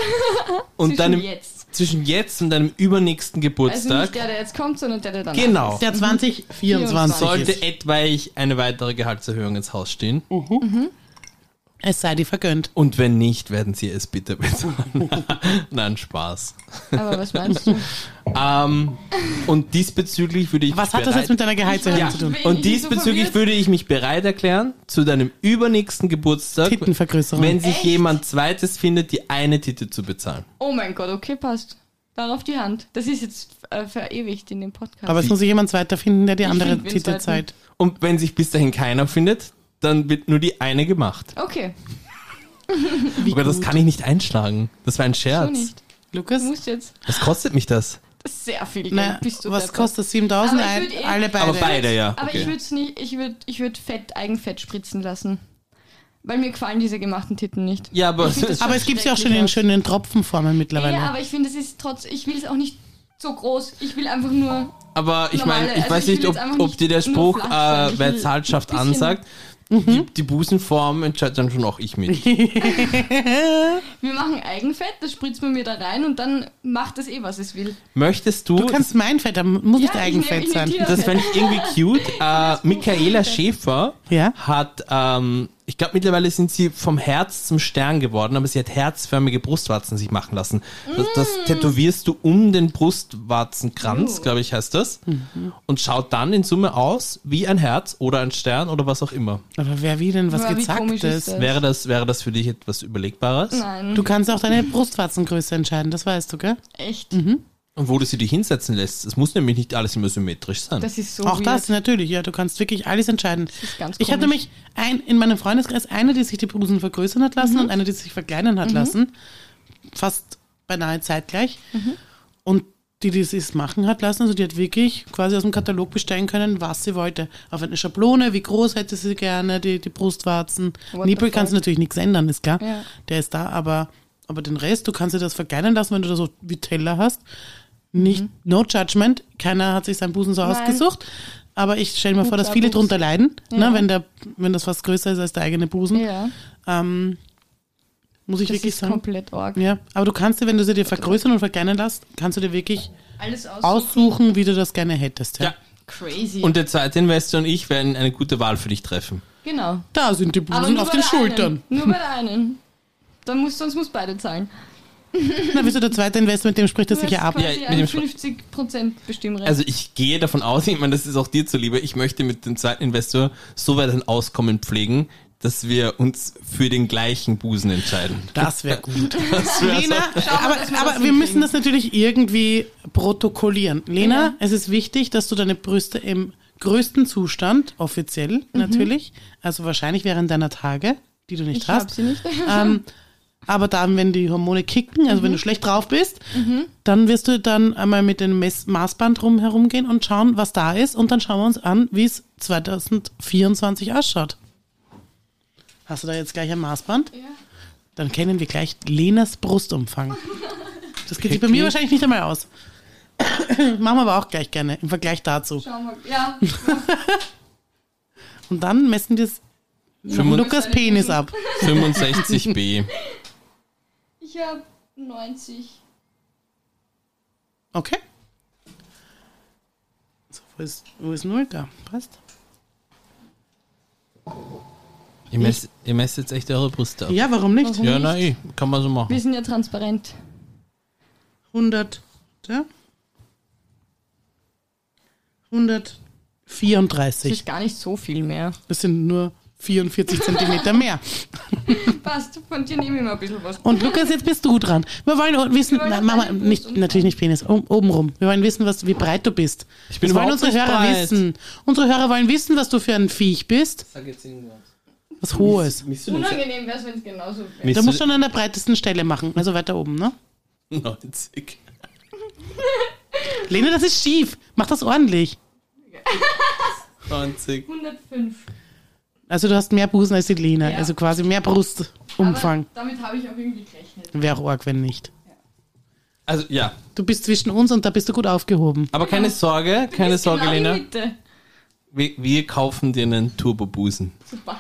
C: und
B: Zwischen
C: deinem,
B: jetzt.
C: zwischen jetzt und deinem übernächsten
B: Also nicht
C: Geburtstag.
B: der, der jetzt kommt, sondern der, der dann
C: genau.
A: Der 2024
C: Sollte
A: ist.
C: etwaig eine weitere Gehaltserhöhung ins Haus stehen.
A: Es sei dir vergönnt.
C: Und wenn nicht, werden sie es bitte bezahlen. Nein, Spaß.
B: Aber was meinst du?
C: Ähm, und diesbezüglich würde ich
A: Was hat das jetzt mit deiner Gehaltserhöhung
C: ja.
A: zu tun?
B: Ich bin
C: Und
B: nicht so
C: diesbezüglich
B: verwirrt.
C: würde ich mich bereit erklären, zu deinem übernächsten Geburtstag,
A: Tittenvergrößerung.
C: wenn sich
B: Echt?
C: jemand zweites findet, die eine Titte zu bezahlen.
B: Oh mein Gott, okay, passt. Darauf die Hand. Das ist jetzt äh, verewigt in dem Podcast.
A: Aber es muss sich jemand zweiter finden, der die andere
B: find wen
A: Titel
B: zweiten.
A: zeigt.
C: Und wenn sich bis dahin keiner findet, dann wird nur die eine gemacht.
B: okay,
C: Aber das kann ich nicht einschlagen. Das war ein
B: so
C: Scherz.
B: nicht.
A: Lukas?
B: Du musst jetzt
C: Was kostet mich das?
B: das ist sehr viel Geld.
A: Na,
B: bist du
A: was
B: deppert.
A: kostet 7000?
B: Aber ich
A: Ein-
B: würd eh-
A: Alle beide.
C: Aber beide, ja.
B: Aber ich
C: Ah, Okay.
B: würde es nicht, ich würde ich würd Fett, Eigenfett spritzen lassen. Weil mir gefallen diese gemachten Titten nicht.
C: Ja, aber,
B: Ich find das
A: Aber es gibt ja auch schon in
B: Schrecklich
A: schönen Tropfenformen mittlerweile.
B: Ja, aber ich finde, es ist trotz, ich will es auch nicht so groß. Ich will einfach nur
C: aber ich
B: Normale,
C: meine, ich
B: also
C: weiß
B: ich will
C: nicht, ob,
B: jetzt einfach
C: ob
B: nicht
C: dir der
B: nur
C: Spruch,
B: flach sein.
C: äh,
B: Ich
C: wer
B: will
C: Zahlt schafft
B: ein bisschen- Mhm.
C: ansagt, die, die Busenform entscheidet dann schon auch ich mit.
B: Wir machen Eigenfett, das spritzt man mir da rein und dann macht das eh, was es will.
C: Möchtest du,
A: du kannst mein Fett, da muss
B: Ja,
A: nicht
B: ich nehm-
A: Eigenfett
B: ich nehm
A: sein.
B: die-
C: das fände ich irgendwie cute, äh, Michaela
B: Profil.
C: Schäfer
A: Ja?
C: hat, ähm, ich glaube mittlerweile sind sie vom Herz zum Stern geworden, aber sie hat herzförmige Brustwarzen sich machen lassen. Das, das
B: Mm.
C: tätowierst du um den Brustwarzenkranz,
B: Uh.
C: glaube ich heißt das,
B: Mhm.
C: und schaut dann in Summe aus wie ein Herz oder ein Stern oder was auch immer.
A: Aber wer wie denn was
B: Aber wie komisch ist
A: Gezacktes?
B: das?
C: Wäre das, wäre das für dich etwas Überlegbares?
B: Nein,
A: Du kannst auch deine Brustwarzengröße entscheiden, das weißt du, gell?
B: echt.
A: Mhm.
C: Und wo du sie dich hinsetzen lässt, es muss nämlich nicht alles immer symmetrisch sein.
B: Das ist so
A: auch
B: weird.
A: das, ne? natürlich, ja, du kannst wirklich alles entscheiden.
B: ist ganz
A: ich hatte
B: komisch.
A: nämlich ein, in meinem Freundeskreis eine, die sich die Busen vergrößern hat
B: Mhm.
A: lassen und eine, die sich verkleinern hat lassen. Fast beinahe zeitgleich.
B: Mhm.
A: Und die, die es machen hat lassen, also die hat wirklich quasi aus dem Katalog bestellen können, was sie wollte. Auf eine Schablone, wie groß hätte sie gerne, die, die Brustwarzen.
B: What
A: Nippel
B: the
A: kannst du
B: fuck?
A: natürlich nichts ändern, ist klar.
B: Ja.
A: Der ist da, aber, aber den Rest, du kannst dir das verkleinern lassen, wenn du das so wie Teller hast. Nicht, no judgment, keiner hat sich seinen Busen so
B: Mhm. Nein.
A: ausgesucht. Aber ich stelle mir vor, dass
B: klar,
A: viele
B: Busen.
A: drunter leiden,
B: Ja.
A: ne, wenn, der, wenn das was größer ist als der eigene Busen.
B: Ja,
A: Ähm, muss ich
B: das
A: wirklich
B: ist
A: sagen.
B: komplett arg.
A: Ja, aber du kannst dir, wenn du sie dir vergrößern und verkleinern lässt, kannst du dir wirklich
B: Alles aus.
A: aussuchen, wie du das gerne hättest. Ja.
C: Ja.
B: Crazy.
C: Und der zweite Investor und ich werden eine gute Wahl für dich treffen.
B: genau.
A: Da sind die
B: Aber
A: Busen
B: nur
A: auf
B: bei
A: den
B: der
A: Schultern.
B: Einen. Nur bei der einen. Dann muss, sonst muss beide zahlen.
A: Na, wieso der zweite Investor, mit dem spricht er
B: Das
A: sich ja ab.
C: Ja,
B: quasi
C: mit
B: ein
C: dem Sch-
B: 50% Bestimmrecht.
C: Also ich gehe davon aus, ich meine, das ist auch dir zuliebe, ich möchte mit dem zweiten Investor so weit ein Auskommen pflegen, dass wir uns für den gleichen Busen entscheiden.
A: Das wäre gut.
C: Das wär
A: Lena, aber,
B: dass wir das
A: aber wir
B: hinkriegen.
A: müssen das natürlich irgendwie protokollieren. Lena,
B: Ja.
A: es ist wichtig, dass du deine Brüste im größten Zustand, offiziell
B: Mhm.
A: natürlich, also wahrscheinlich während deiner Tage, die du nicht
B: ich hab
A: hast,
B: sie nicht.
A: ähm, aber dann, wenn die Hormone kicken, also
B: Mhm.
A: wenn du schlecht drauf bist, dann wirst du dann einmal mit dem Mess Maßband rum herumgehen und schauen, was da ist. Und dann schauen wir uns an, wie es 2024 ausschaut. Hast du da jetzt gleich ein Maßband?
B: Ja.
A: Dann kennen wir gleich Lenas Brustumfang. Das geht sich bei
C: Pickli.
A: mir wahrscheinlich nicht einmal aus. Machen wir aber auch gleich gerne im Vergleich dazu.
B: Schauen wir. Ja,
A: Und dann messen wir Lukas Penis ab.
C: 65b.
B: ich habe 90.
A: Okay. So, wo ist, wo ist Null da? Passt.
C: Ihr messt, ihr messt jetzt echt eure Brüste ab.
A: Ja, warum nicht?
B: Warum?
C: Ja, na eh, kann man so machen.
B: Wir sind ja transparent.
A: 100. Ja? 134.
B: Das ist gar nicht so viel mehr.
A: Das sind nur 44 Zentimeter mehr.
B: Passt, von dir nehme ich mal ein bisschen was.
A: Und Lukas, jetzt bist du dran. Wir wollen wissen,
B: Wir wollen
A: nein, Mama,
B: deinen Fuß
A: nicht,
B: umdrehen.
A: natürlich nicht Penis, um, obenrum. Wir wollen wissen, was, wie breit du bist.
C: Ich bin
A: das wollen
C: überhaupt
A: unsere
C: nicht
A: Hörer
C: breit.
A: wissen. Unsere Hörer wollen wissen, was du für ein Viech bist.
C: Sag jetzt irgendwas.
A: Was Hohes.
B: Unangenehm wäre es, wenn es genauso wäre.
A: Da musst du schon an der breitesten Stelle machen, also weiter oben, ne?
C: 90.
A: Lena, das ist schief. Mach das ordentlich.
C: 90.
B: 105.
A: Also du hast mehr Busen als die Lena,
B: Ja.
A: also quasi mehr Brustumfang.
B: Aber damit habe ich auch irgendwie gerechnet.
A: Wäre auch arg, wenn nicht.
C: Also ja,
A: Du bist zwischen uns und da bist du gut aufgehoben.
C: aber keine Sorge, keine
B: Ist
C: Sorge,
B: genau die
C: Lena.
B: Mitte.
C: Wir, wir kaufen dir einen Turbobusen.
B: Super.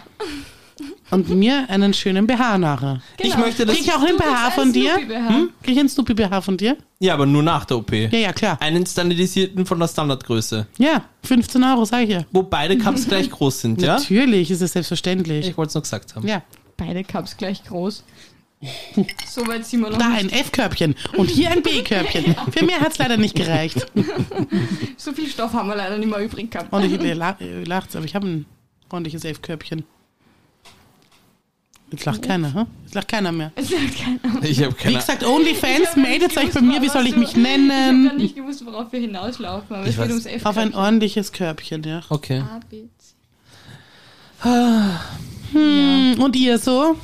A: Und mir einen schönen BH nachher.
C: Ich
B: Genau.
C: möchte das.
A: Krieg ich auch einen
B: Mhm. Du
A: BH
B: bist ein
A: von dir?
B: Snoopy-BH.
A: Hm? Krieg ich einen Snoopy-BH von dir?
C: Ja, aber nur nach der OP.
A: Ja, ja, klar.
C: Einen standardisierten von der Standardgröße,
A: Ja, 15 Euro, sag ich ja.
C: wo beide Cups gleich groß sind, ja?
A: Natürlich ist es selbstverständlich.
C: Ich wollte es nur gesagt haben.
A: ja,
B: Beide Cups gleich groß. So weit sind wir noch.
A: da
B: nicht.
A: ein F-Körbchen und hier ein B-Körbchen. Für mehr hat's leider nicht gereicht.
B: So viel Stoff haben wir leider nicht mehr übrig gehabt.
A: Und ich ihr lach, ihr lacht's, aber ich habe ein ordentliches F-Körbchen. Jetzt lacht keiner, hm? Jetzt lacht keiner mehr.
B: Es sagt keiner.
C: Ich habe
A: Wie
C: keine
A: gesagt,
B: Ich
A: OnlyFans,
B: hab ja nicht
A: meldet euch
B: gewusst,
A: bei mir, wie soll ich
B: was
A: mich
B: du- Ich habe
A: nennen?
B: gar nicht gewusst, worauf wir hinauslaufen, aber
C: Ich
B: es geht
C: weiß.
B: ums F.
A: Auf ein ordentliches Körbchen, ja.
C: Okay.
B: A, B, C.
A: Hm, Und ihr so?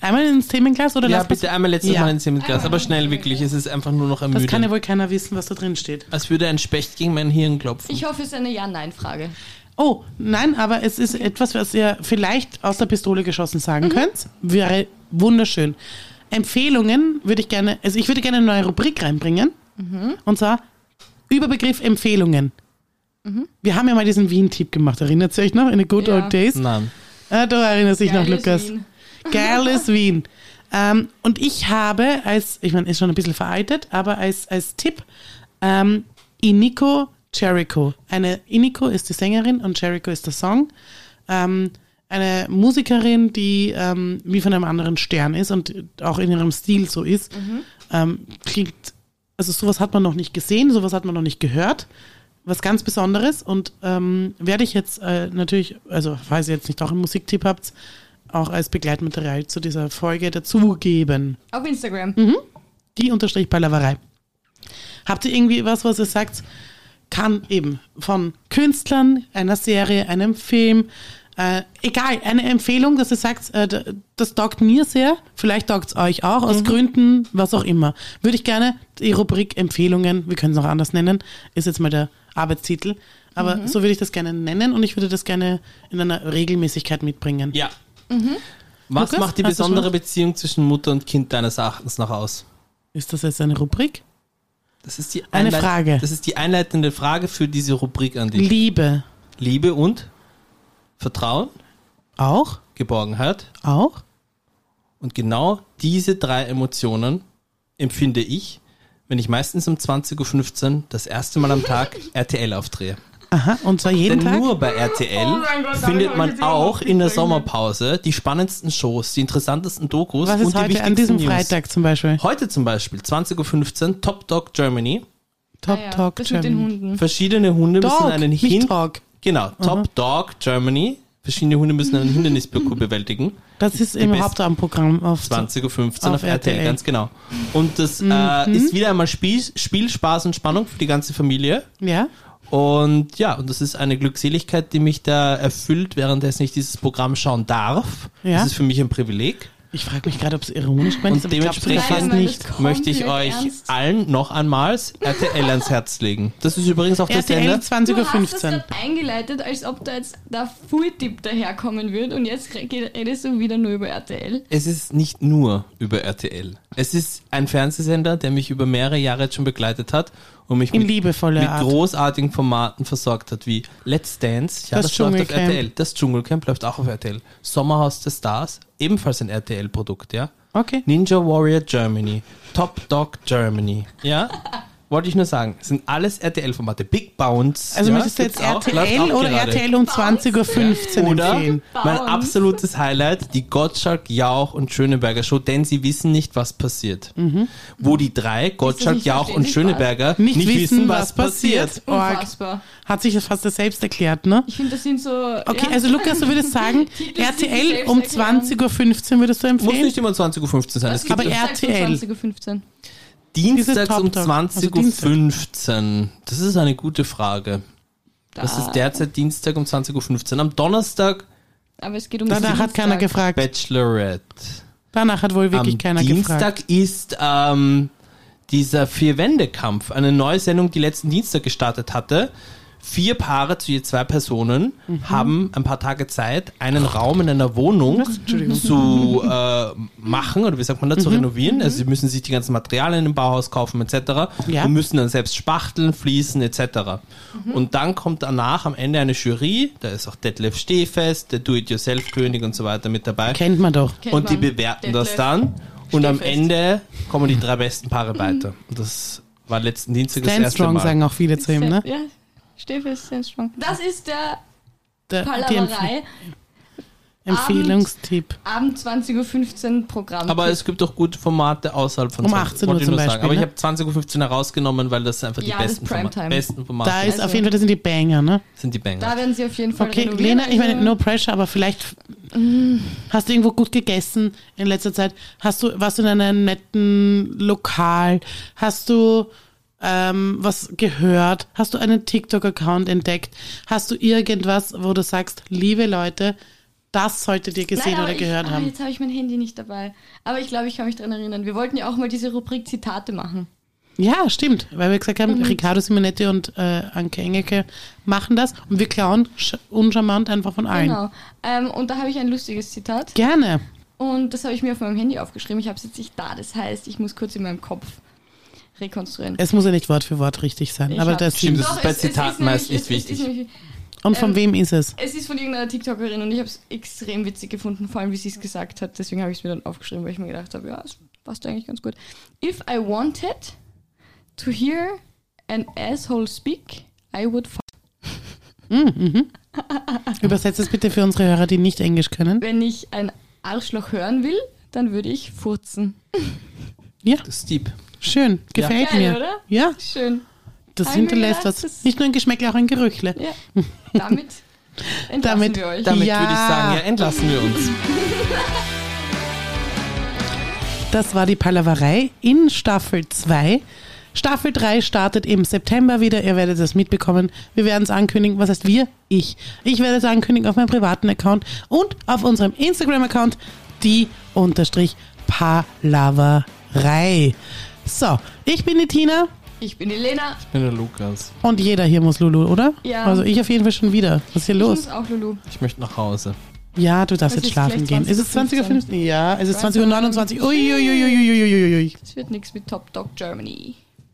A: Einmal ins Themenglas oder
C: Ja,
A: lasst
C: bitte einmal letztes
A: Ja. Ah.
C: Mal ins Hemdglas,
B: Einmal
C: aber schnell
B: ins
C: wirklich, es ist einfach nur noch
A: das? Das kann ja
C: ermüdend.
A: wohl keiner wissen, was da drin steht.
C: Als würde ein Specht gegen mein Hirn klopfen.
B: Ich hoffe, es ist eine Ja-Nein-Frage.
A: Oh, nein, aber es ist etwas, was ihr vielleicht aus der Pistole geschossen
B: Mhm.
A: sagen könnt. Wäre wunderschön. Empfehlungen würde ich gerne, also ich würde gerne eine neue Rubrik reinbringen.
B: Mhm.
A: Und zwar Überbegriff Empfehlungen. Wir haben ja mal diesen Wien-Tipp gemacht, erinnert ihr euch noch? In the good
B: Mhm. Ja.
A: old days.
C: Nein.
A: Ah, du erinnerst dich noch,
B: Geiles
A: Lukas.
B: Wien.
A: Geiles Wien. Ähm, und ich habe als, ich meine, ist schon ein bisschen veraltet, aber als, als Tipp, ähm, Iniko Jericho. Eine Iniko ist die Sängerin und Jericho ist der Song. Ähm, eine Musikerin, die ähm, wie von einem anderen Stern ist und auch in ihrem Stil so ist. Ähm, klingt, also sowas hat man noch nicht gesehen, sowas hat man noch nicht gehört. Was ganz Besonderes und ähm, werde ich jetzt äh, natürlich, also falls ihr jetzt nicht auch einen Musiktipp habt, auch als Begleitmaterial zu dieser Folge dazugeben.
B: Auf Instagram.
A: Mhm. Die unterstrich Palaverei. Habt ihr irgendwie was, was ihr sagt, kann eben von Künstlern, einer Serie, einem Film, äh, egal, eine Empfehlung, dass ihr sagt, äh, d- das taugt mir sehr, vielleicht taugt es euch auch,
C: Mhm.
A: aus Gründen, was auch immer. Würde ich gerne die Rubrik Empfehlungen, wir können es auch anders nennen, ist jetzt mal der Arbeitstitel, aber
C: Mhm.
A: so würde ich das gerne nennen und ich würde das gerne in einer Regelmäßigkeit mitbringen.
C: Ja. Was
A: Mhm. Lukas,
C: macht die
A: hast du's
C: besondere
A: noch?
C: Beziehung zwischen Mutter und Kind deines Erachtens nach aus?
A: Ist das jetzt eine Rubrik?
C: Das ist die
A: Eine
C: Einleit-
A: Frage.
C: Das ist die einleitende Frage für diese Rubrik an dich.
A: Liebe
C: Liebe und Vertrauen,
A: auch?
C: Geborgenheit
A: Auch?
C: und genau diese drei Emotionen empfinde ich, wenn ich meistens um 20.15 Uhr das erste Mal am Tag RTL aufdrehe.
A: Aha, und zwar jeden
C: Denn
A: Tag?
C: nur bei RTL
B: Oh mein Gott, damit
C: findet
B: hab ich
C: man
B: jetzt überhaupt
C: auch
B: nicht
C: in der
B: gerechnet.
C: Sommerpause die spannendsten Shows, die interessantesten Dokus
A: Was
C: und
A: ist
C: die
A: heute
C: wichtigsten
A: an diesem
C: News.
A: Freitag zum Beispiel?
C: Heute zum Beispiel, 20.15 Uhr, Top Dog Germany.
A: Top
B: Ah ja,
A: Talk
B: das mit den
A: Germany.
B: Hunden.
C: Verschiedene Hunde müssen
A: Mhm. Dog,
C: einen
A: nicht
C: Hin
A: Dog.
C: Genau, Top Dog Germany. Verschiedene Hunde müssen einen Hindernisparcours bewältigen.
A: Das ist im
C: besten-
A: Hauptabendprogramm auf
C: 20.15 Uhr
A: Auf
C: auf RTL,
A: RTL.
C: ganz genau. Und das äh,
B: Mhm.
C: ist wieder einmal Spiel, Spiel, Spaß und Spannung für die ganze Familie.
A: Ja?
C: Und ja, und das ist eine Glückseligkeit, die mich da erfüllt, währenddessen ich dieses Programm schauen darf.
A: Ja.
C: Das ist für mich ein Privileg.
A: Ich frage mich gerade, ob es ironisch gemeint ist,
C: Und
A: aber ich glaube es
B: Nein,
A: fast
C: dementsprechend
B: weil
A: nicht.
B: das kommt
C: möchte ich
B: nicht
C: euch
B: ernst.
C: allen noch einmals RTL ans Herz legen. Das ist übrigens auch das
A: RTL
C: Ende.
A: 20.15
B: Du hast das
A: Uhr.
B: gerade eingeleitet, als ob da jetzt der Full-Tipp daherkommen würde und jetzt redest du wieder nur über RTL.
C: Es ist nicht nur über RTL. Es ist ein Fernsehsender, der mich über mehrere Jahre jetzt schon begleitet hat und mich
A: In
C: mit,
A: liebevoller
C: mit
A: Art.
C: großartigen Formaten versorgt hat, wie Let's Dance, ja,
A: Das
C: das, läuft auf
A: Dschungelcamp.
C: RTL. Das Dschungelcamp läuft auch auf RTL. Sommerhaus der Stars, ebenfalls ein RTL-Produkt, ja.
A: Okay.
C: Ninja Warrior Germany, Top Dog Germany, ja. wollte ich nur sagen, sind alles RTL-Formate. Big Bounce.
A: Also
C: ja,
A: möchtest du jetzt
C: gibt's auch, läuft
A: RTL
C: auch
A: oder
C: gerade.
A: RTL um 20.15 Uhr
C: Oder
A: empfehlen?
C: mein
B: Bounce.
C: absolutes Highlight, die Gottschalk, Jauch und Schöneberger Show, denn sie wissen nicht, was passiert. Wo die drei, Gottschalk,
B: nicht
C: Jauch und
B: verständlich,
C: Schöneberger,
A: Mhm. Nicht, wissen, was passiert. Org.
B: Unfassbar.
A: Hat sich das fast selbst erklärt, ne?
B: Ich finde, das sind so.
A: Okay,
B: ja.
A: also Lukas, du würdest sagen,
B: Titel sind
A: RTL
B: selbst
A: um
B: erklären.
A: 20.15 Uhr würdest du
C: Muss
A: empfehlen?
C: nicht immer um 20.15 Uhr sein. Es
B: Das
C: gibt
A: Aber
B: aber
A: RTL.
B: RTL. 20.15 Uhr.
A: Diese
C: Dienstags
A: Top
C: um
A: Dog, also
C: 20.15 Uhr. Das ist eine gute Frage. Das
B: Da-
C: ist derzeit Dienstag um 20.15 Uhr. Am Donnerstag
B: Aber es geht um
A: Danach hat keiner
B: Dienstag.
A: gefragt.
C: Bachelorette.
A: Danach hat wohl wirklich
C: Am
A: keiner
C: Dienstag
A: gefragt.
C: ist ähm, dieser Vier-Wände-Kampf, eine neue Sendung, die letzten Dienstag gestartet hatte. Vier Paare zu je zwei Personen
A: Mhm.
C: haben ein paar Tage Zeit, einen Raum in einer Wohnung
A: Was? Entschuldigung.
C: zu äh, machen oder wie sagt man da, zu
A: Mhm.
C: renovieren. Also sie müssen sich die ganzen Materialien im Bauhaus kaufen etc.
A: Ja. Mhm.
C: und müssen dann selbst spachteln, fließen etc. Und dann kommt danach am Ende eine Jury, da ist auch Detlef Stehfest, der Do-It-Yourself-König und so weiter mit dabei.
A: Kennt man doch.
B: Kennt
C: Und die
B: man.
C: bewerten
B: Detlef.
C: das dann. Und am
B: fest.
C: Ende kommen die drei besten Paare weiter. Und das war letzten Dienstag
A: Mhm.
C: das
A: Stand
C: erste
A: Strong
C: Mal.
A: sagen auch viele zu ihm, ne?
B: Ja, steh fest, Sam Strong. Das ist der
A: Der- die Empf
B: Palaverei.
A: Empfehlungstipp.
B: Abend 20.15 Uhr Programm.
C: Aber es gibt auch gute Formate außerhalb von
A: Um
C: 20,
A: 18 Uhr
C: wollte ich
A: zum
C: nur sagen.
A: Beispiel,
C: Aber ich
A: ne?
C: habe 20 Uhr 15 herausgenommen, weil das einfach
B: Ja,
C: die
B: das
C: besten,
B: ist
C: Formate,
B: Primetime.
C: besten Formate
A: Da ist
B: Also-
A: auf jeden Fall, das sind die Banger, ne?
C: sind die
B: da
C: Banger.
B: werden sie auf jeden Fall
A: Okay,
B: renovieren.
A: Lena, ich meine,
B: Also-
A: no pressure, aber vielleicht
B: Mm.
A: hast du irgendwo gut gegessen in letzter Zeit. Hast du, warst du in einem netten Lokal? Hast du ähm, was gehört? Hast du einen TikTok-Account entdeckt? Hast du irgendwas, wo du sagst, liebe Leute, das solltet ihr gesehen
B: Nein, aber
A: oder
B: ich,
A: gehört
B: ah,
A: haben?
B: Jetzt habe ich mein Handy nicht dabei. Aber ich glaube, ich kann mich daran erinnern. Wir wollten ja auch mal diese Rubrik Zitate machen.
A: Ja, stimmt, weil wir gesagt
B: Mhm.
A: haben, Riccardo Simonetti und äh, Anke Engelke machen das und wir klauen sch- uncharmant einfach von allen.
B: Genau. Ähm, und da habe ich ein lustiges Zitat.
A: Gerne.
B: Und das habe ich mir auf meinem Handy aufgeschrieben. Ich habe es jetzt nicht da. Das heißt, ich muss kurz in meinem Kopf rekonstruieren.
A: Es muss ja nicht Wort für Wort richtig sein,
B: Ich
A: aber
B: hab-
A: das
C: Stimmt,
A: stimmt.
C: das ist bei Zitaten meist
B: nämlich- es- Es
C: nicht
B: ist,
C: wichtig.
B: nämlich-
A: Und von
B: ähm,
A: wem ist es?
B: es ist von irgendeiner TikTokerin und ich habe es extrem witzig gefunden, vor allem wie sie es gesagt hat. Deswegen habe ich es mir dann aufgeschrieben, weil ich mir gedacht habe, ja, es passt eigentlich ganz gut. If I wanted to hear an asshole speak, I would fuck.
A: Übersetzt es bitte für unsere Hörer, die nicht Englisch können.
B: Wenn ich ein Arschloch hören will, dann würde ich furzen.
C: Das ist deep.
A: Schön,
C: Ja.
A: gefällt
B: Geil,
A: mir.
B: oder?
A: Ja,
B: Schön.
A: das
B: Hab ich mir
A: hinterlässt
B: gedacht,
A: was.
B: das-
A: Nicht nur ein Geschmäckle, auch ein Gerüchle.
B: Ja. Damit entlassen
A: Damit-
B: wir euch.
C: Damit
A: Ja.
C: würde ich sagen, ja, entlassen wir uns.
A: Das war die Palaverei in Staffel 2. Staffel 3 startet im September wieder. Ihr werdet es mitbekommen. Wir werden es ankündigen. Was heißt wir? Ich. Ich werde es ankündigen auf meinem privaten Account und auf unserem Instagram-Account, die unterstrich Palaverei. So, ich bin die Tina
B: Ich bin die Lena.
C: Ich bin der Lukas.
A: und jeder hier muss Lulu, oder?
B: Ja.
A: Also ich auf jeden Fall schon wieder. Was ist hier
B: Ich
A: los?
B: muss auch Lulu.
C: Ich möchte nach Hause.
A: Ja, du darfst
B: Es
A: jetzt
B: ist
A: schlafen
B: vielleicht
A: gehen. Ist es 20.15
B: 20.15?
A: Uhr? Ja, es ist 20.29 Uhr.
B: 20.29.
A: Uiuiuiuiuiui.
B: Es wird nichts mit Top Dog Germany.